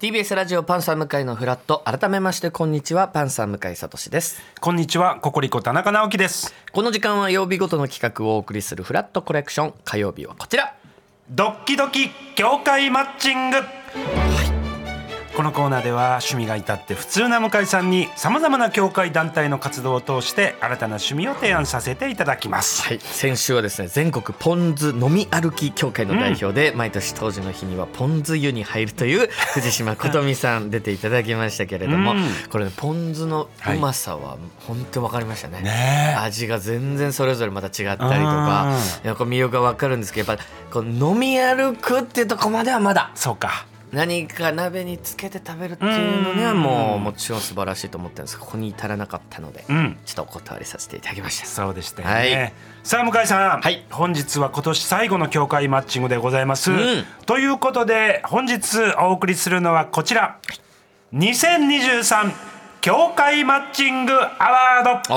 TBS ラジオパンサー向井のフラット改めましてこんにちはパンサー向井聡ですこんにちは、ココリコ田中直樹です。この時間は曜日ごとの企画をお送りするフラットコレクション火曜日はこちらドッキドキ業界マッチング。このコーナーでは趣味が至って普通な向井さんにさまざまな業界団体の活動を通して新たな趣味を提案させていただきます。はい、先週はですね全国ポン酢飲み歩き協会の代表で、毎年当時の日にはポン酢湯に入ると いう藤島琴美さん出ていただきましたけれども、うんこれねポン酢のうまさは本当分かりましたね,、ねえ味が全然それぞれまた違ったりとかういやこれ魅力が分かるんですけどやっぱこう飲み歩くっていうとこまではまだそうか。何か鍋につけて食べるっていうのにはもうもちろん素晴らしいと思ってるんですがここに至らなかったので、うんちょっとお断りさせていただきました。そうでしたよはねい。さあ向井さん、はい本日は今年最後の協会マッチングでございます。うんということで本日お送りするのはこちら、2023協会マッチングアワード。お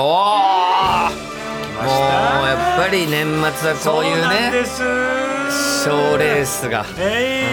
ーもうやっぱり年末はこういうねす賞レースが、え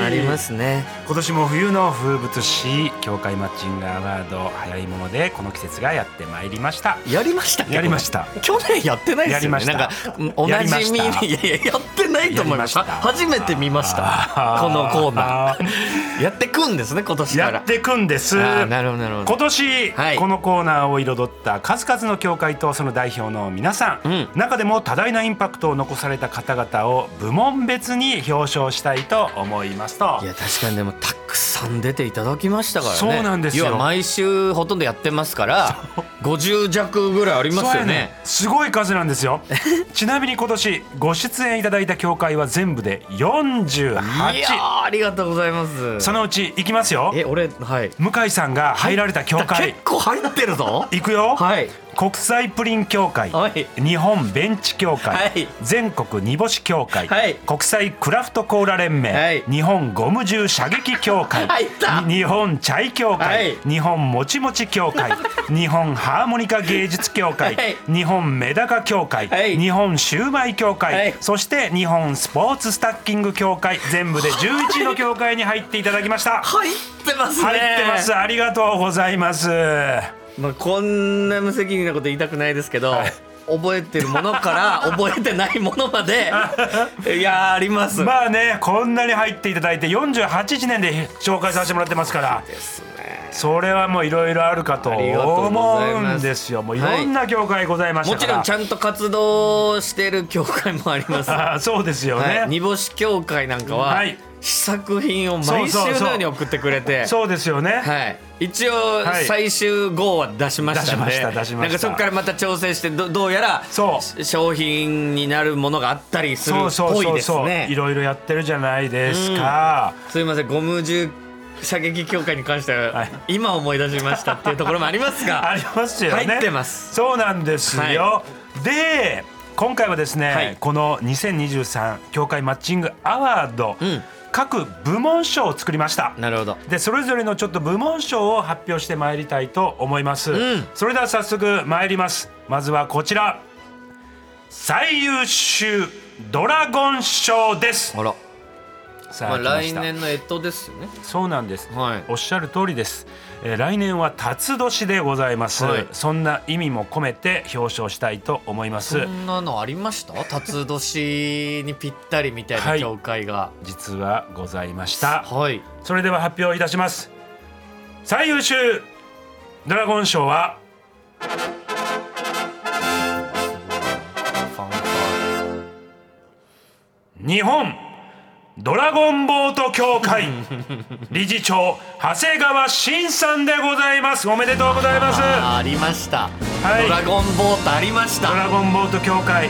うんーありますね今年も冬の風物詩協会マッチングアワード早いものでこの季節がやってまいりましたやりましたやりました去年やってないですよねやりなまんしたかうんおなじみにいやりましたやいややってないと思いますやりました初めて見ましたあーこのコーナーやってくんですね今年から やってくんですあーなるほどなるほど今年、はいこのコーナーを彩った数々の協会とその代表の皆さうん、ん中でも多大なインパクトを残された方々を部門別に表彰したいと思いますといや確かにでもたくさん出ていただきましたからねそうなんですよ要は毎週ほとんどやってますから50弱ぐらいありますそうよやねすごい数なんで すよちなみに今年ご出演いただいた協会は全部でいや48ーありがとうございますそのうちいきますよえ俺はい向井さんが入られた協会結構入ってるぞいくよ、はい国際プリン協会はい日本ベンチ協会、はい全国煮干し協会、はい国際クラフトコーラ連盟、はい日本ゴム銃射撃協会入ったに日本チャイ協会、はい日本もちもち協 会日本ハーモニカ芸術協会、はい日本メダカ協会、はい日本シューマイ協会、はいそして日本スポーツスタッキング協会全部で11の協会に入っていただきました。入ってますね入ってますありがとうございます。まあ、こんな無責任なこと言いたくないですけど、はい覚えてるもの から覚えてないものまでいやーあります、まあねこんなに入っていただいて48時年で紹介させてもらってますからですねそれはもういろいろあるかとありがとうござい思ますうんですよもういろんな業界ございましもたかちら、ろんちゃんと活動してる協会もあります、はあー そうですよね、い、煮干し協会なんかは、はい試作品を毎週のように送ってくれてそうですよね、はい、一応い最終号は出しましたん出しで、ました出しまなしたんかそこからまた調整してどどうやらそうし商品になるものがあったりするっそうそうぽいそうですそういねろいろやってるじゃないですか、すいませんゴム銃射撃協会に関しては、はい今思い出しましたっていうところもあります あがりますよね入ってますそうなんですよ、はで今回はですね、はいこの2023協会マッチングアワード、ん各部門賞を作りましたなるほどでそれぞれのちょっと部門賞を発表してまいりたいと思います、んそれでは早速参りますまずはこちら最優秀ドラゴン賞ですあら、さまあ、あ、来まし来た年の干支ですよねそうなんです、はいおっしゃる通りです、えー来年は辰年でございます、はいそんな意味も込めて表彰したいと思いますそんなのありました辰年にぴったりみたいはない協会が実はございましたはい、それでは発表いたします最優秀ドラゴン賞はファンファーレ日本ドラゴンボート 協会理事長長谷川慎さんでございますおめでとうございますあーありました、はいドラゴンボートありましドたラゴンボート協会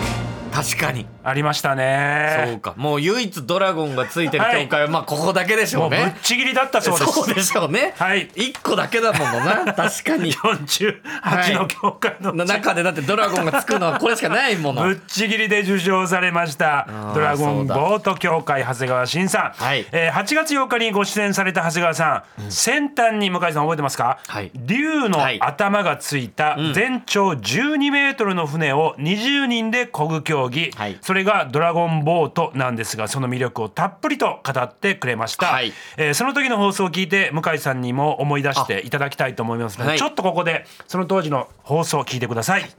確かにありましたそねうかもう唯一ドラゴンがついてるはい教会はまあここだけでしょもううぶっね。ちぎりだったそうです そうでしょうね。はい一個だけだもの な。確かに。 48の協会のの中でだってドラゴンがつくのはこれしかないもの。 ぶっちぎりで受賞されましたードラゴンボート協会長谷川慎さん、はいえー8月8日にご出演された長谷川さん、先端に向井さん覚えてますか、はい竜のはい頭がついた全長12メートルの船を20人で漕ぐ競競技、はいそれがドラゴンボートなんですがその魅力をたっぷりと語ってくれました、はいえーその時の放送を聞いて向井さんにも思い出していただきたいと思いますので、はいちょっとここでその当時の放送を聞いてください、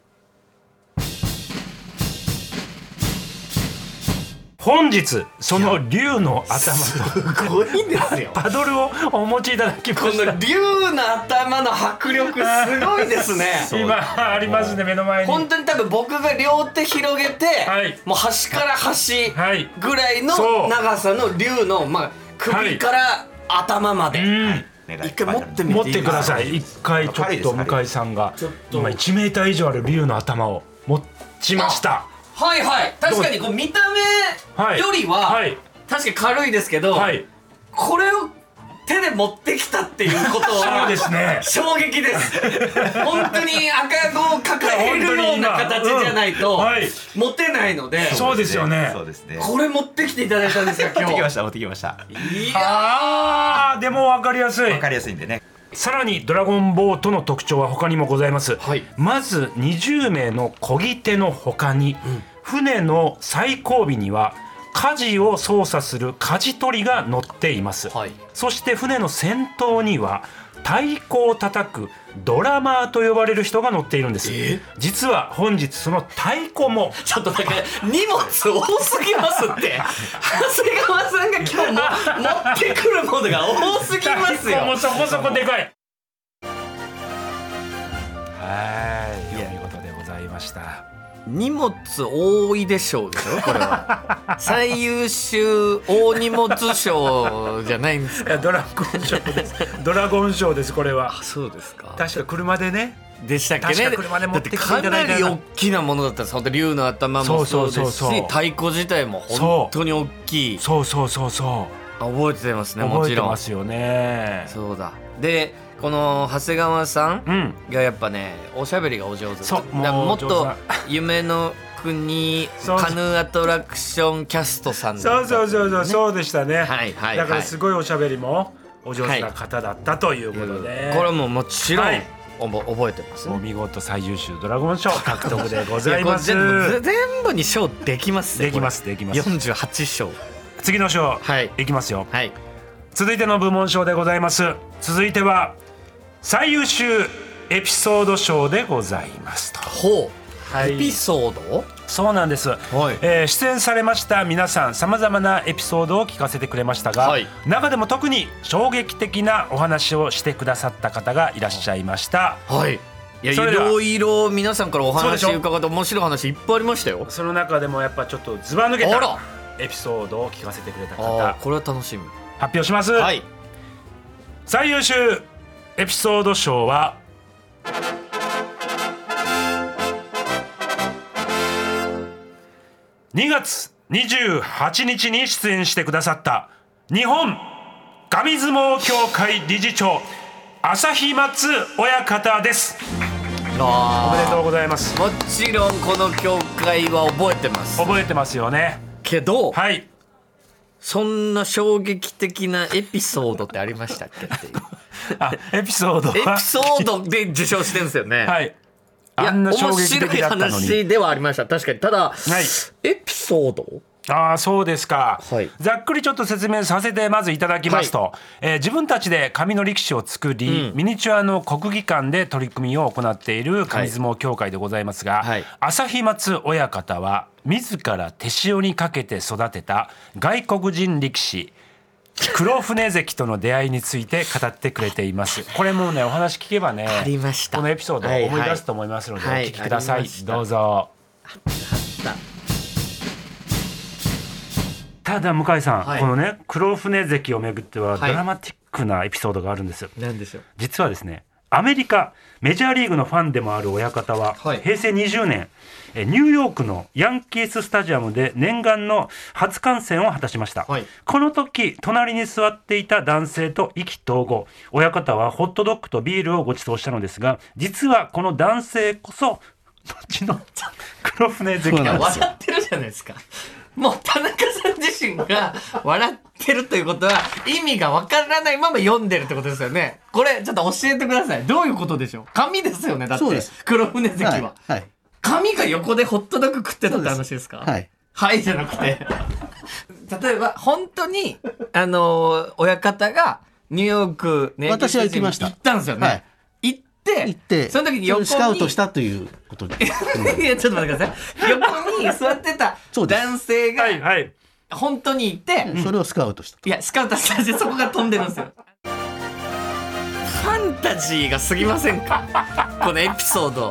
本日その竜の頭とすごいんですよパドルをお持ちいただきまこしたの竜の頭の迫力すごいですね今ありますね目の前に本当に多分僕が両手広げて、はいもう端から端はいぐらいのそう長さの竜の、まあ、首から頭まで、うん一回持ってみ持てっいいですてくだかさい一回ちょっと向井さんがと今1メーター以上ある竜の頭を持ちましたはいはい確かにこう見たは目いよりは、はい確かに軽いですけど、はいこれを手で持ってきたっていうことは そうですね衝撃 です本当に赤子を抱えるような形じゃないと、うんはい持てないのでそうですよねそうですね。これ持ってきていただいたんですか持っ今てきま日した持ってきました。いやあーでも分かりやすいわかりやすいんでね。さらに「ドラゴンボート」の特徴は他にもございます、はいまず20名の漕ぎ手の他に、船の最後尾には舵を操作する舵取りが乗っています、はいそして船の先頭には太鼓を叩くドラマーと呼ばれる人が乗っているんですえ実は本日その太鼓もちょっとなんか荷物多すぎますって長谷川さんが今日も持ってくるものが多すぎます太鼓もよそこそこでかいはいお見事でございました荷物多いでしょうでしょこれ は最優秀大荷物賞じゃないんですいやドラゴンショーです。ドラゴンショーですこれは。そうですか確か車でね。でしたっけ確ねか車で持ってきていだってたかだいなたり大きなものだったんです本当竜の頭もそそううそうですそしうそう太鼓自体も本当に大きいそうそうそうそう。あ覚えてますねも覚ちえてろんますよね。そうだでこの長谷川さんうん。がやっぱねおしゃべりがお上手そうだからもうもっ上手とだ夢の国そうカヌーアトラクションキャストさんそだうったそうそうそうねそうでしたね。はいはいはいだからすごいおしゃべりもお上手な方だったということで。これももちろんはいおぼ覚えてますおね見事最優秀ドラゴン賞獲得でごいざやいこまれす。全部全部に賞できますよできますできます48賞次の賞、はいいきますよ。はい続いての部門賞でございます続いては最優秀エピソード賞でございますとほう、はいエピソーそうなんです、はいえー出演されました皆さんさまざまなエピソードを聞かせてくれましたが、はい中でも特に衝撃的なお話をしてくださった方がいらっしゃいましたドはいいやいそれではろいろ皆さんからお話そうでしょ伺って面白い話いっぱいありましたよその中でもやっぱちょっとずば抜けあたらエピソードを聞かせてくれた方あ発ーこれは楽しみ表します、はい最優秀エピソード賞は2月28日に出演してくださった日本紙相撲協会理事長朝日松親方ですおめでとうあございますーもちろんこの教会は覚えてます覚えてますよねけど、はいそんな衝撃的なエピソードってありましたっけ っていうあエピソードエはピソードで受賞してるんですよね、はいいあやんな衝面撃白的いだったのに話ではありました確かにただ、いエピソードああそうですか、はいざっくりちょっと説明させてまずいただきますと、えー自分たちで紙の力士を作り、ミニチュアの国技館で取り組みを行っている紙相撲協会でございますが、はい朝日松親方は自ら手塩にかけて育てた外国人力士黒船関との出会いについて語ってくれていますこれもうねお話聞けばねありましたこのエピソードを思い出すと思いますので、はいはいお聞きくださはいあいりましたどうぞただ向井さん、はいこのね黒船関をめぐってはドはいラマティックなエピソードがあるんです、なんでしょう実はですねアメリカメジャーリーグのファンでもある親方は、はい平成20年えニューヨークのヤンキーススタジアムで念願の初観戦を果たしました、はいこの時隣に座っていた男性と意気投合親方はホットドッグとビールをご馳走したのですが実はこの男性こそ 後の黒船関なんですよ笑ってるじゃないですかもう田中さん自身が 笑ってるということは意味がわからないまま読んでるってことですよねこれちょっと教えてくださいどういうことでしょう紙ですよねだって黒船関は、はい。髪が横でホットドッグ食ってたって話ですかはい。はいじゃなくて。例えば、本当に、あのー親方がニューヨークね、私は行きました行ったんですよね。はい行って、行って、その時にそ横れに。スカウトしたというこ とで。いや、ちょっと待ってください。横に座ってたそうです男性がはいはい本当にいて、うんそれをスカウトした。いや、スカウトしたんでそこが飛んでるんですよ。ファンタジーが過ぎませんかこのエピソー ド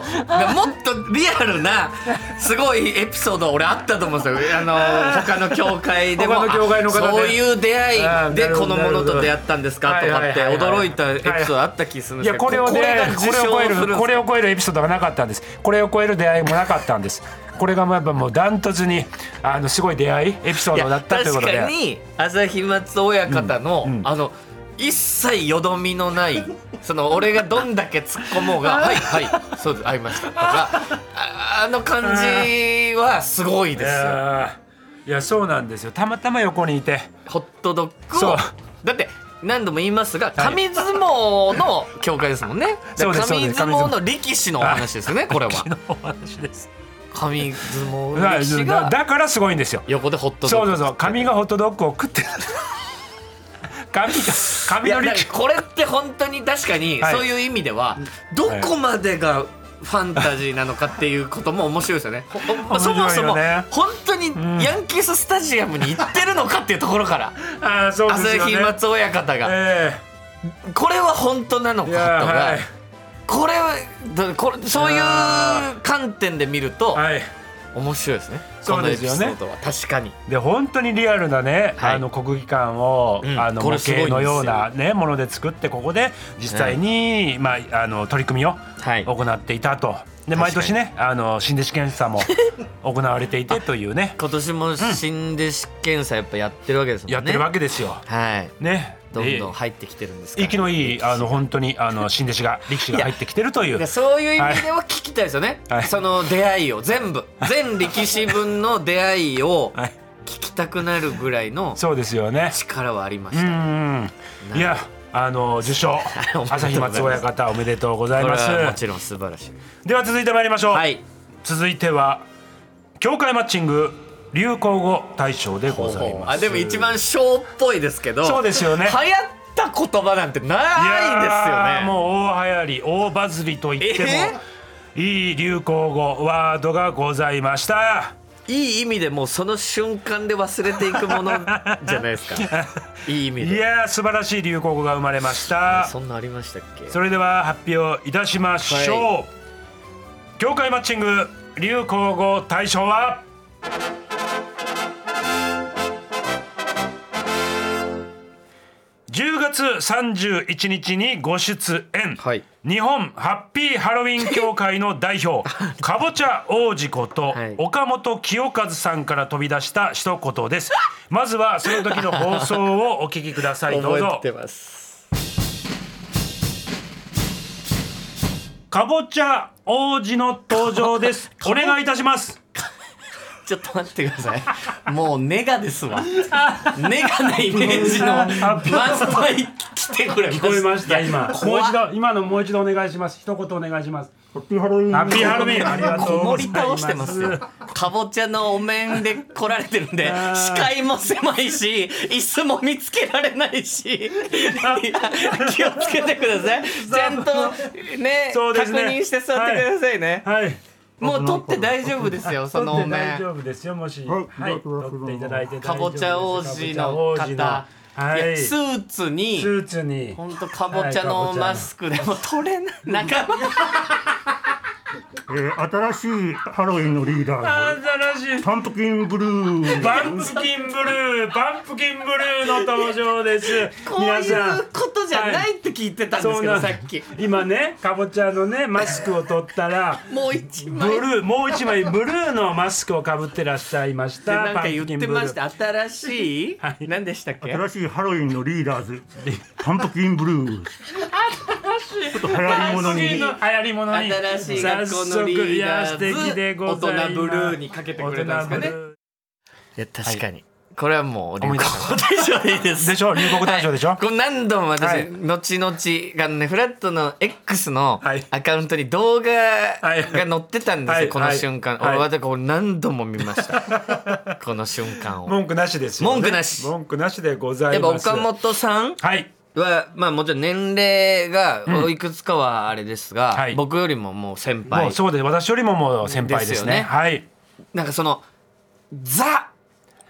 もっとリアルなすごいエピソード俺あったと思うんですよあの他の教会でも 他の教会の方であそういう出あ会ーいなでるほこどのものと出会ったんですかなとるほどかってはいはいはいはい驚いたエピソードあった気するんいですやけどこれをねが受これを超え賞すんでるすこれを超えるエピソードがなかったんですこれを超える出会いもなかったんですこれがまあやっぱもうダントツにあのすごい出会いエピソードだったということいでや確かに朝日松親方の、うんうんあの一切よどみの ないその俺がどんだけ突っ込もうが「はいはいそうです会いました」とかああの感じはすごいいですよやーいやそうなんですよたまたま横にいてホットドッグそうをだって何度も言いますが紙相撲の協会ですもんね そうですそうで紙す相撲の歴史のお話ですよねこれはお話です紙相撲の歴史だがだからすごいんですよ横でホットドッグそうそうそう紙がホットドッグを食ってる 紙がい紙やのだ力からこれって本当に確かにはいそういう意味ではどこまでがファンタジーなのかっていうことも面白いですよね。ほほんそも面白そいよもね本当にヤンキーススタジアムに行ってるのかっていうところからああそうです朝よ日ね松親方がえこれは本当なのかえといやはかいこれはだこれそういうあ観点で見るとはい面白いですね。そうですよねこのエピソードは確かに。で本当にリアルなね、はいあの国技館を、うんあのこ模れすごいんで型すよのような、ね、もので作ってここで実際に、まあ、あの取り組みをはい。行っていたと。確かでに毎年ねあの新弟子 検査も行われていてというね今年も新弟子検査やっぱやってるわけですもんね。やってるわけですよ。はい。ねどんどんで入ってきてるんですから息のいいあの本当にあの新弟 子が力士が入ってきてるといだからう。そういう意味では聞きたいですよね、はいその出会いを全部全力士分の出会いをはい、聞きたくなるぐらいのそうですよね。力はありましうた、んほどいやあの受賞 おめでとうございます朝日松親方おめでとうございこれます。はもちろん素晴らしいでは続いて参りましょう。はい続いては教会マッチング流行語大賞でございますあでも一番ショーっぽいですけどそうですよね流行った言葉なんてないやですよーねもう大流行り大バズりと言っても、いい流行語ワードがございましたいい意味でもうその瞬間で忘れていくものじゃないです かいい意味いでやー素晴らしい流行語が生まれましたそんなありましたっけそれでは発表いたしましょう、は教会マッチング流行語大賞は10月31日にご出演、はい日本ハッピーハロウィン協会の代表 かぼちゃ王子ことはい岡本清和さんから飛び出した一言ですまずはその時の放送をお聞きくださいどう覚ぞえてますかぼちゃ王子の登場 です。お願いいたします。ちょっと待ってください。もうネガですわ。ネガなイメージの満載来てくれました。聞こえました。今。もう怖一っ度、今のもう一度お願いします。一言お願いします。ハッピーハロウィン。ハッピーハロウィン。ありがとこうごもざりいます。倒してますよ。かぼちゃのお面で来られてるんで、視界も狭いし、椅子も見つけられないし、いや気をつけてください。ちゃんとね、そうで確すね認して座ってくださいね。はい。もう取って大丈夫ですよ、その取おって大面。丈夫ですよ。もし、はいはい、取っていただいて大丈夫です。かぼちゃ王子のかぼち方。ゃ王子のはいい。やススーツに、ーツに。本当かぼちゃのマスクでも取れない。仲間えー新しいハロウィンのリーダーズ新しい。パンプキンブルーバンプキンブルー、バンプキンブルーの登場です。こう皆いさんう。ことじゃないって聞いてたんですけど、そうさなんっき。今ね、かぼちゃのね、マスクを取ったら。もう一ブ枚。でルーもう一枚ブルーのマスクをかぶってらっしゃいました。なんか言ってましパた。ン新しいはい何でしたっけ新しいハロウィンのリーダーズパンプキンブル ーちょっと流プキン行りブルー。物に流行り物に新しい学校のリーダーズ早速いや素敵でございます大人ブルーにかけてくれたんですかね大人ブルーいや確かに。これはもう流思行い出大し賞でいいですでしょ流行語大賞でしょ、はいこれ何度も私、はい後々がねフラットの X のはいアカウントに動画はいが載ってたんですよ、はいこの瞬間、はい俺はだからこれ何度も見ましたこの瞬間を文句なしですよね文句なし文句なしでござやいっぱます岡本さんはいはまあもちろん年齢がおいくつかはあれですが、はい僕よりももう先も輩うそうです私よりももう先輩ですねですよねはいなんかそのザ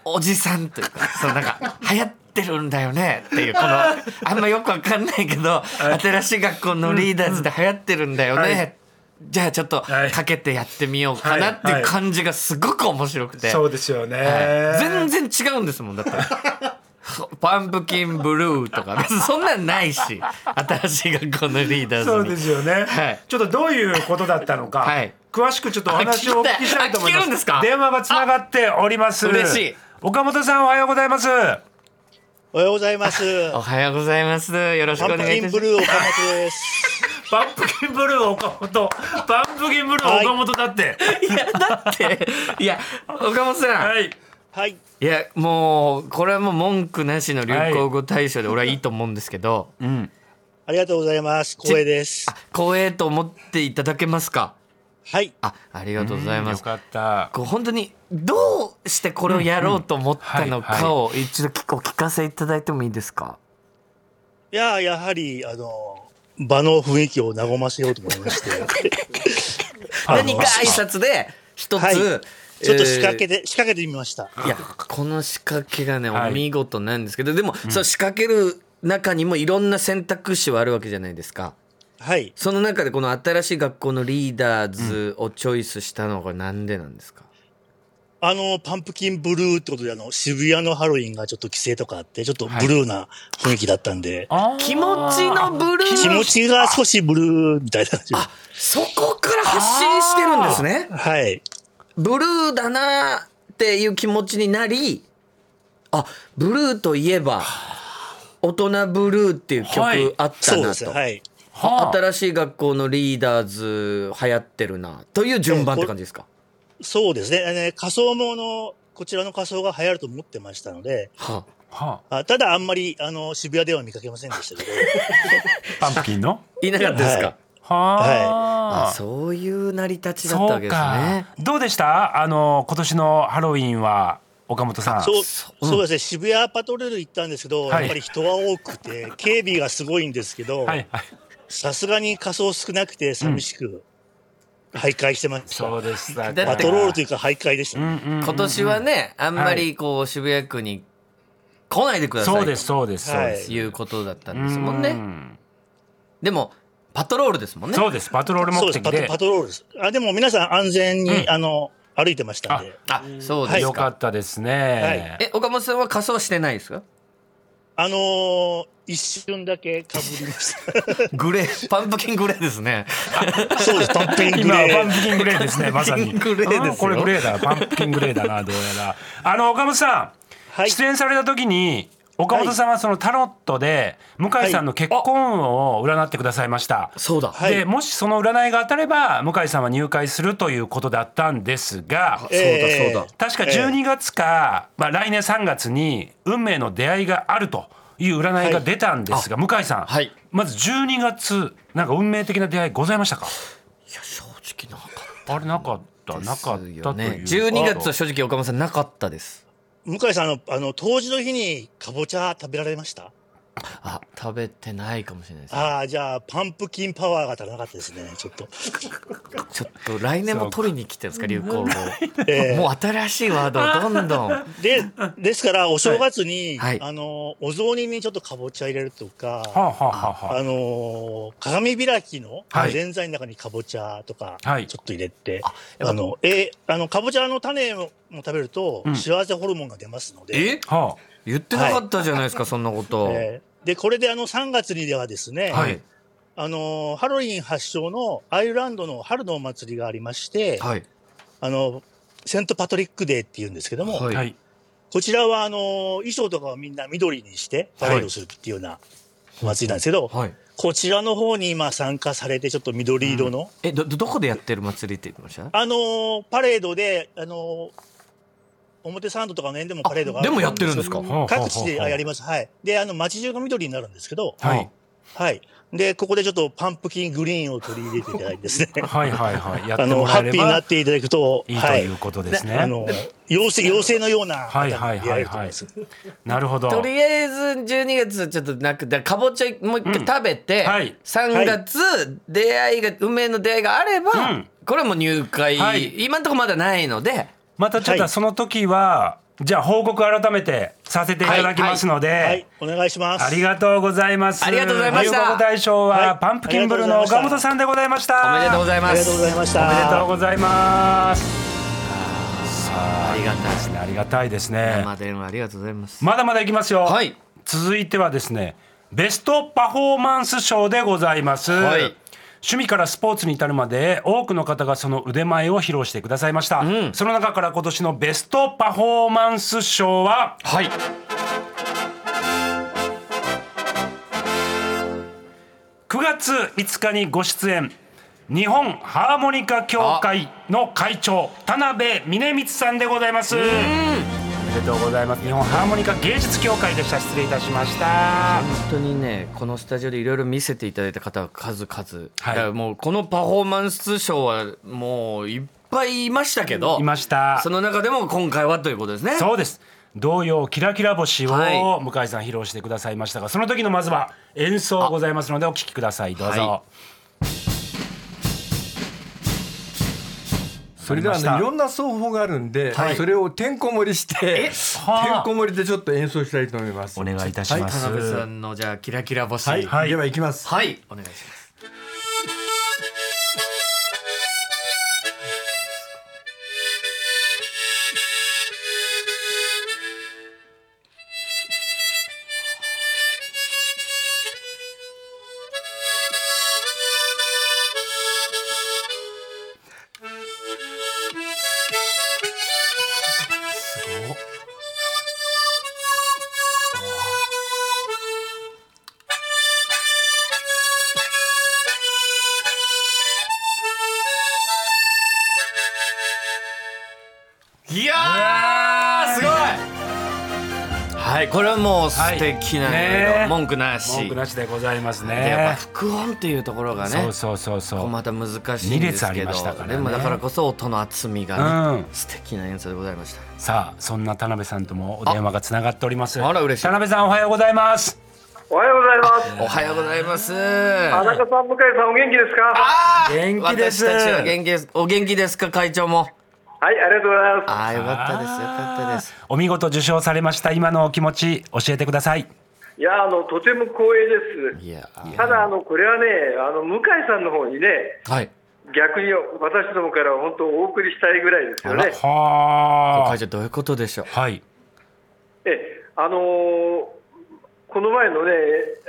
おじさんというかそのなん か流行ってるんだよねっていうこのあんまよくわかんないけど新しい学校のリーダーズで流行ってるんだようんはねじゃあちょっとはいかけてやってみようかなっていう感じがすごく面白くてそうですよね、はい全然違うんですもんだって パンプキンブルーとか別にそんなんないし新しい学校のリーダーズそうにですよね、はいちょっとどういうことだったのか、はい詳しくちょっとお話をお聞きしたいと思いまあ聞きたいあ聞けるんすですか電話がつながっておりますあ嬉しい岡本さんおはようございますおはようございます。おはようございますよろしくパおンプ願いキいたンしますブルー岡本です。パンプキンブルー岡本パンプキンブルー岡本だっ てっていや岡本さん、はい、はい。いやもうこれはもう文句なしの流行語大賞で俺はいいと思うんですけど、うんありがとうございます。光栄です。あ光栄と思っていただけますかはい。あありがとうございますよかったこう本当にどうしてこれをやろうと思ったのかを一度聞こう聞かせいただいてもいいですかいや、やはり、あの、場の雰囲気を和ませようと思い まして。あの何か挨拶で一つ、はいちょっと仕掛けでて、仕掛けてみました。いやこの仕掛けがねはいお見事なんですけど、でも、そう仕掛ける中にもいろんな選択肢はあるわけじゃないですかはい。その中でこの新しい学校のリーダーズをチョイスしたのはこれなんでなんですか、あの、パンプキンブルーってことで、あの、渋谷のハロウィンがちょっと規制とかあって、ちょっとブルーな雰囲気だったんで、気持ちのブル気持ーちが少しブルーみたいな感じでそこから発信してるんですねはい。ブルーだなっていう気持ちになりあブルーといえば「大人ブルー」っていうはい曲あったそうなです。と、はい。あ新しい学校のリーダーズ流行ってるなという順番って感じですかそうですね。あのね仮装もの、こちらの仮装が流行ると思ってましたので、ははあただあんまりあの渋谷では見かけませんでしたけ ど、あパンプキンのいなかったですか、はいはああ、そういう成り立ちだったそわうけですかねどうでしたあの今年のハロウィンは岡本さんそううんそうですね、渋谷パトロール行ったんですけど、はいやっぱり人は多くて、警備がすごいんですけどは、いはいさすがに仮装少なくて、寂しく徘徊してました。そうでしただパってトロールといいうか、徘徊でした、うんうんうん今年はねあんまりこう渋谷区に来ないでくださいそうとですそうですそうはいです、いうことだったんですもんうねんでもパトロールですもんねそうですパトロールそう目です的パト、でパトロールです。あでも皆さん、安全に、あの歩いてましたんで、あそうですか,、よかったですね、え岡本さんは仮装してないですかあのー一瞬だけかぶりましグレーパンプキングレーですねた。そ うです、パンピング今レパンー。プキングレーですねまさにパンプキングレーですよあこれグレーだパンプキングレーだなどうやらあの岡本さん、はい出演された時に岡本さんはそのタロットで向井さんの結婚運を占ってくださいました、そうだ、はいでもしその占いが当たれば向井さんは入会するということだったんですがそうだそうえだー、確か12月か、まあ、来年3月に運命の出会いがあるという占いが出たんですが、向井さん、はいまず12月なんか運命的な出会いございましたかいや正直なかったあれなかったなかっですたよというね12月は正直岡本さんなかったです向井さんあの、あの当時の日にかぼちゃ食べられましたあ食べてないかもしれないですああ、じゃあ、パンプキンパワーが足らなかったですね、ちょっと。ちょっと来年も取りに来てるんですか流行語えもう新しいワードをどんどんーで、ですから、お正月に、はいあの、お雑煮にちょっとかぼちゃ入れるとはか、あ、はあはあはあの、鏡開きのはいぜんざいの中にかぼちゃとか、はいちょっと入れて、やっぱあの、えーあの、かぼちゃの種も食べると、うん幸せホルモンが出ますので、えあ、は言ってなかったじゃないですか、そんなこと、えーで、これであの、3月にではですね、はいあの、ハロウィン発祥のアイルランドの春のお祭りがありまして、はいあの、セントパトリックデーって言うんですけども、あ、はいはい、こちらは、あの、衣装とかをみんな緑にしてパレードするっていうようなお祭りなんですけど、はいこちらの方に今参加されて、ちょっと緑色の、えどどどこでやってる祭りって言ってましたあの、パレードで、あの、表参道とかの縁でもパレードがあでもやってるんですかほうほうほう各地であやります。はい。で、あの、街中が緑になるんですけど、は。はいい。はい。で、ここでちょっとパンプキングリーンを取り入れていただいてですねはいはい はい。やってあの、もらハえッれピーになばっ。ていただくと、いいはということですねあの、妖精、妖精のような方はいに出はい会えるとは思いいはいます。。なるほど。とりあえず12月ちょっとなくだからかぼちゃもう一回食べて、うんはい3月出会いが運命の出会いがあれば、うんこれはもう入会、はい今んとこまだないのでまたちょっはといその時は、じゃあ報告改めてさせていただきますのはでい、、お願いします。ありがとうございます。ありがとうございました流行語大賞ははいパンプキンブルの岡本さんでございました。おめでとうございあまりすがとうございました。おめでとうございます。さあ、ありがたいですねありがたいですね。生電話ありがとうございます、まだまだいきますよ。はい続いてはですね、ベストパフォーマンス賞でございます。はい趣味からスポーツに至るまで多くの方がその腕前を披露してくださいました、んその中から今年のベストパフォーマンス賞ははい9月5日にご出演日本ハーモニカ協会の会長田辺峰光さんでございますおめでとうございます日本ハーモニカ芸術協会でした失礼いたしました本当にねこのスタジオでいろいろ見せていただいた方は数々、はいだからもうこのパフォーマンス賞はもういっぱいいましたけどいましたその中でも今回はということですねそうです童謡キラキラ星をはい向井さん披露してくださいましたが、その時のまずは演奏ございますのでお聴きくださいどうぞ、はそれではわかりましたねいろんな奏法があるんで、はいそれをてんこ盛りしてはあてんこ盛りでちょっと演奏したいと思いますお願いいたしはます田辺さんのじゃあキラキラ星はい、ではいきますはい、お願いしますいやーすごいはいこれはもう素敵な、はいね文句なし文句なしでございますでやっぱね副音っていうところがねそうそうそうそここうまた難しいんです二列あけりどましたからねでもだからこそ音の厚みが、ねうん素敵な演奏でございましたさあそんな田辺さんともお電話がつながっておりますああら嬉しい田辺さんおはようございますおはようございます。おはようございます田中さん、向井さん、お元気ですかあー元気です私たちは元気ですお元気ですか会長もはい、ありがとうございます。ああよかったですよかったですお見事受賞されました今のお気持ち教えてくださいいや、あの、とても光栄でいやす。ただ、あの、これはね、あの、向井さんの方にね、はい逆に私どもからは本当お送りしたいぐらいですよね。は会長どういうことでしょうあはいええ、あのーこの前のね、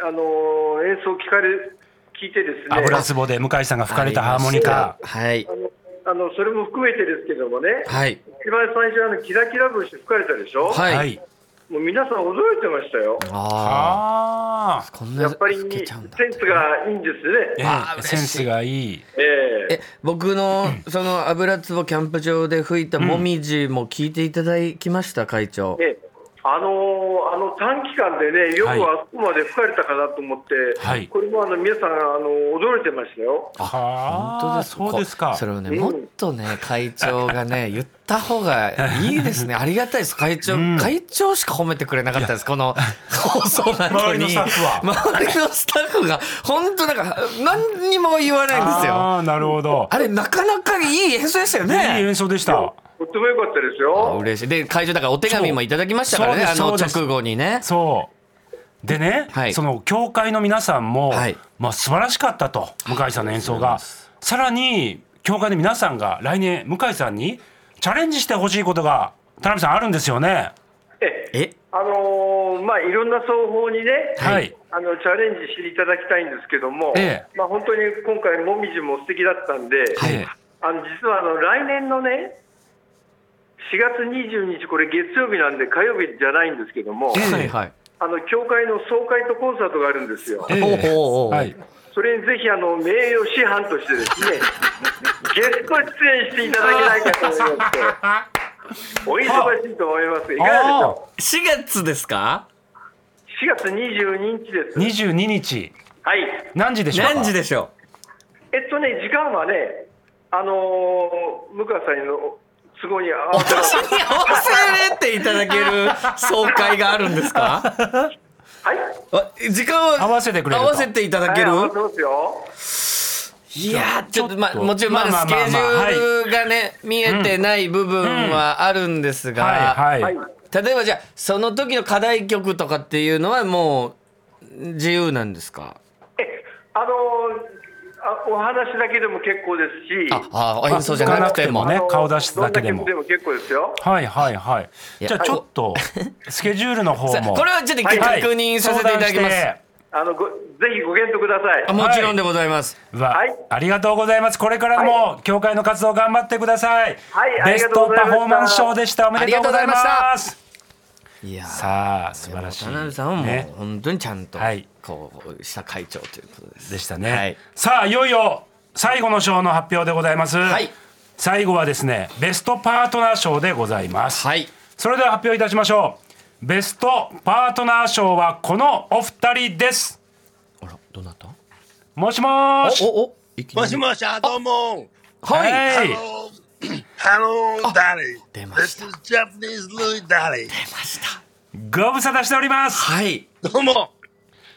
あのー演奏聞かれ、聞いてですね、油壺で向井さんが吹かれたハーモニカはいあの、あのそれも含めてですけどもね、はい一番最初、あの、キラキラ星吹かれたでしょ、はい、はいもう皆さん驚いてましたよ。あああこんなやっぱり、老けちセゃうンんだスがいいんですね。あーあ嬉しいセンスがいいえええ僕のその油壺キャンプ場で吹いたもみじも聞いていただきました会長ええあのーあの短期間でね、よくはいあそこまで吹かれたかなと思って、はいこれもあの皆さん、あの驚いてましたよ。は本当ですそうですかこそれをね、うんもっとね会長が ね言った方がいい ですねありがたいです会長、会長しか褒めてくれなかったですこの放送なのに周りのスタッフ周りのスタッフが本当なんか何にも言わないんですよあああなるほどれなかなかいい演奏でしたよいいね演奏でしたとっても良かったですあよ。嬉しいで会場だからお手紙もいただきましたからねそうあのそうです直後にねそうでね、はいその教会の皆さんも、はいまあ、素晴らしかったと向井さんの演奏がさらに教会の皆さんが来年向井さんにチャレンジしてほしいことが田辺さんあるんですよね。えええあのーまあ、いろんな奏法にね、はいあのチャレンジしていただきたいんですけども、えまあ、本当に今回、もみじも素敵だったんで、はいあの実はあの来年のね、4月22日、これ、月曜日なんで、火曜日じゃないんですけども、えはいはいあの教会の総会とコンサートがあるんですよ。ええおうおうおうはい、それにぜひあの名誉師範としてですね、ゲスト出演していただけないかと思いまして、お忙しいと思いますがいかがでしあょ4月ですかう4月22日ですー、22日はい何時でしょうか何時でしょえっとね時間はねあのー、向川さんの都合に合うわせます私に合わせていただける総会があるんですかはいあ時間を合わせてくれる合とわせていただはいける、合わせますよいやーちょっとまあもちろんまだまスあケまあまあジュールがね見えてない部分はあるんですがはいはい、はい例えばじゃあその時の課題曲とかっていうのはもう自由なんですかえあのー、あお話だけでも結構ですしああ演奏じゃなくてもねあの顔出しだけでもどんな曲でも結構ですよはいはいはいいやじゃあちょっとスケジュールの方 さあもこれはちょっと一回はい確認させていただきま相談す、してあのごぜひご検討くださいあもちろんでございます、うわはいありがとうございますこれからも教会の活動頑張ってください、はいあベりスがとトうございましたパフォーマンス賞でしたおめでとうございますありがとうございまい、やーさあ素晴らしい渡辺さんはもうね本当にちゃんとはいこうした会長ということですでしたね、はいさあいよいよ最後の賞の発表でございます、い最後はですねベストパートナー賞でございます、はいそれでは発表いたしましょうベストパートナー賞はこのお二人ですあらどうなったもしもーしおおおいきなもりしもし、あ、どうも。はい、はハいロー、ハロー、ダリ。出ました This is Japanese Louis ダリ。ご無沙汰しておりますはいどうも。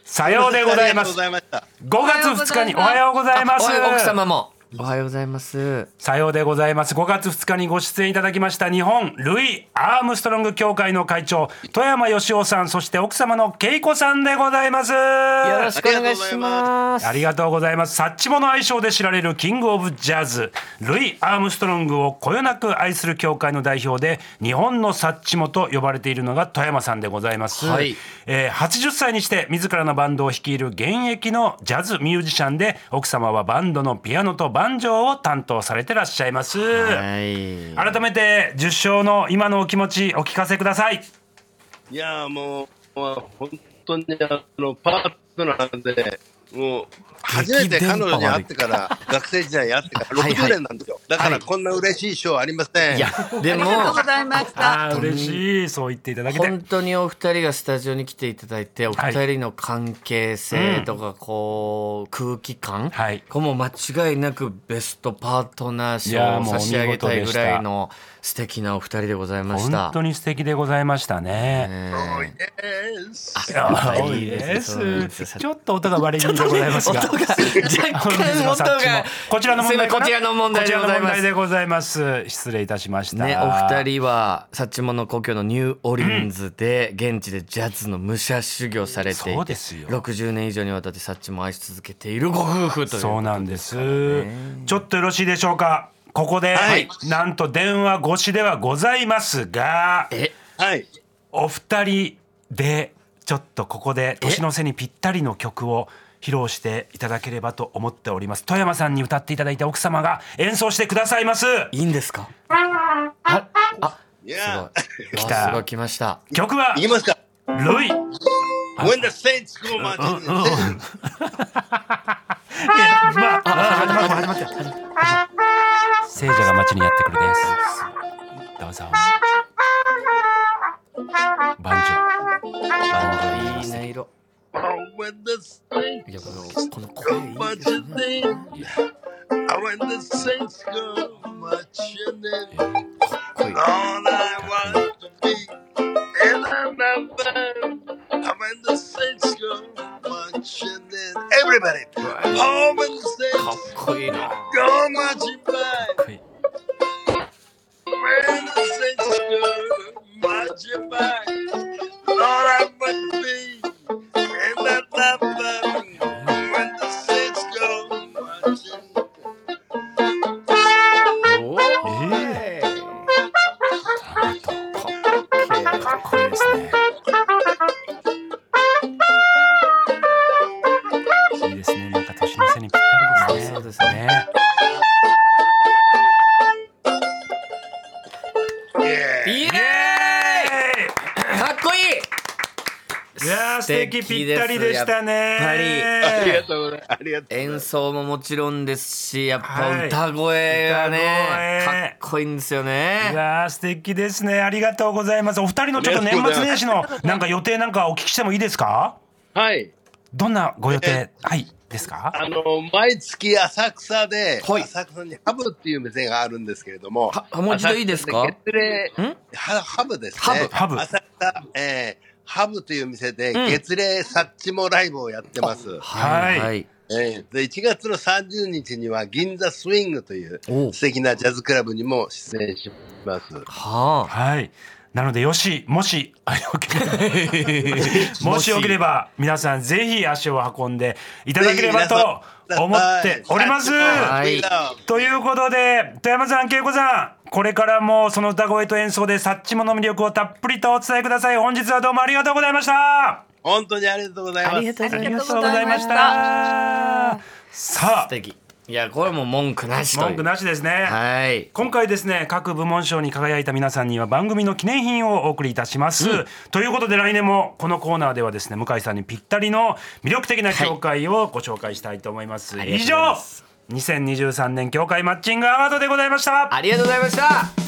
さようでございまありがとうごすざいました。 5月2日におはようございまあおすはよう奥様もおはようございますさようでございます5月2日にご出演いただきました日本ルイ・アームストロング協会の会長富山義雄さんそして奥様の恵子さんでございますよろしくお願いしますありがとうございます。サッチモの愛称で知られるキングオブジャズ、ルイ・アームストロングをこよなく愛する協会の代表で、日本のサッチモと呼ばれているのが富山さんでございます。はいえー80歳にして自らのバンドを率いる現役のジャズミュージシャンで、奥様はバンドのピアノとバンジョーを担当されてらっしゃいます。はい改めて受賞の今のお気持ちお聞かせください。いやーもう、まあ本当にあのパートナーで、もう初めて彼女に会ってから、学生時代に会ってからはいはい60年なんですよ。だからこんな嬉しい賞ありません。いやでもああ、嬉しい。そう言っていただけて。本当にお二人がスタジオに来ていただいてお二人の関係性とかこう空気感、はいこれも間違いなくベストパートナーい賞やをもう差お見事し上げたいぐらいの素敵なお二人でございました。本当に素敵でございましたね。あ多いでそうなんですよす。ちょっと音が悪いんでございますが。音が若干音がこちらの問す題いませんこちらの問題でございますこちらの問題でございます。失礼いたしました。ね、お二。人はサッチモの故郷のニューオリンズで現地でジャズの武者修行されていそうてですよ60年以上にわたってサッチモを愛し続けているご夫婦というそうなんです。ちょっとよろしいでしょうか。ここで、はいなんと電話越しではございますが、えはい。お二人でちょっとここで年の瀬にぴったりの曲を披露していただければと思っております。富山さんに歌っていただいた奥様が演奏してくださいます。いいんですかいすごいや、来たすごい来ました曲は行きますか。ルイ。 When the Saints go marching. 聖者が街にやってくるです。どうぞ。バンジョー。いい音色 When the Saints いやこのこの go 声いいですよ marching ね in. When the Saints go marching in. こい All I want to be in another. I'm in the Saints go marching in. Everybody. All in the Saints かっこいいな go marching by. かっこいい When the saints go marching by, Lord, I must be in that tá number. When the saints go marching, おえーかっこいいですね。いいですね。なんか年の瀬にぴったりですね。そうですねね。イエーイイエーイ息ぴったりでしたね。やありがとうございます。ありがとうございま演す。奏ももちろんですしやっはぱい歌声がね、歌か声っこいいんですよいねやー素敵ですね。ありがとうございます。お二人のちょっと年末年始のなんか予定なんかお聞きしてもいいですか？はい。どんなご予定はいですか？あの、毎月浅草で、はい浅草にハブっていう店があるんですけれども。はもう一度いいですか浅草で月ん齢はハブですね。ハブハブ浅草、えーハブという店で、うん月齢サッチモライブをやってます。はいいえーで、1月の30日には銀座スイングというおう素敵なジャズクラブにも出演します。はあ はい。なのでよしもしあよければもしよければ皆さんぜひ足を運んでいただければと思っております。はいということで富山さん恵子さんこれからもその歌声と演奏でサッチモの魅力をたっぷりとお伝えください本日はどうもありがとうございました本当にありがとうございます。ありがとうございましたさ素敵いやこれも文句なしあという文句なしですねはい今回ですね各部門賞に輝いた皆さんには番組の記念品をお送りいたします、ということで来年もこのコーナーではですね向井さんにぴったりの魅力的な協会をご紹介したいと思います、ありがと以うござい上ます2023年協会マッチングアワードでございましたありがとうございました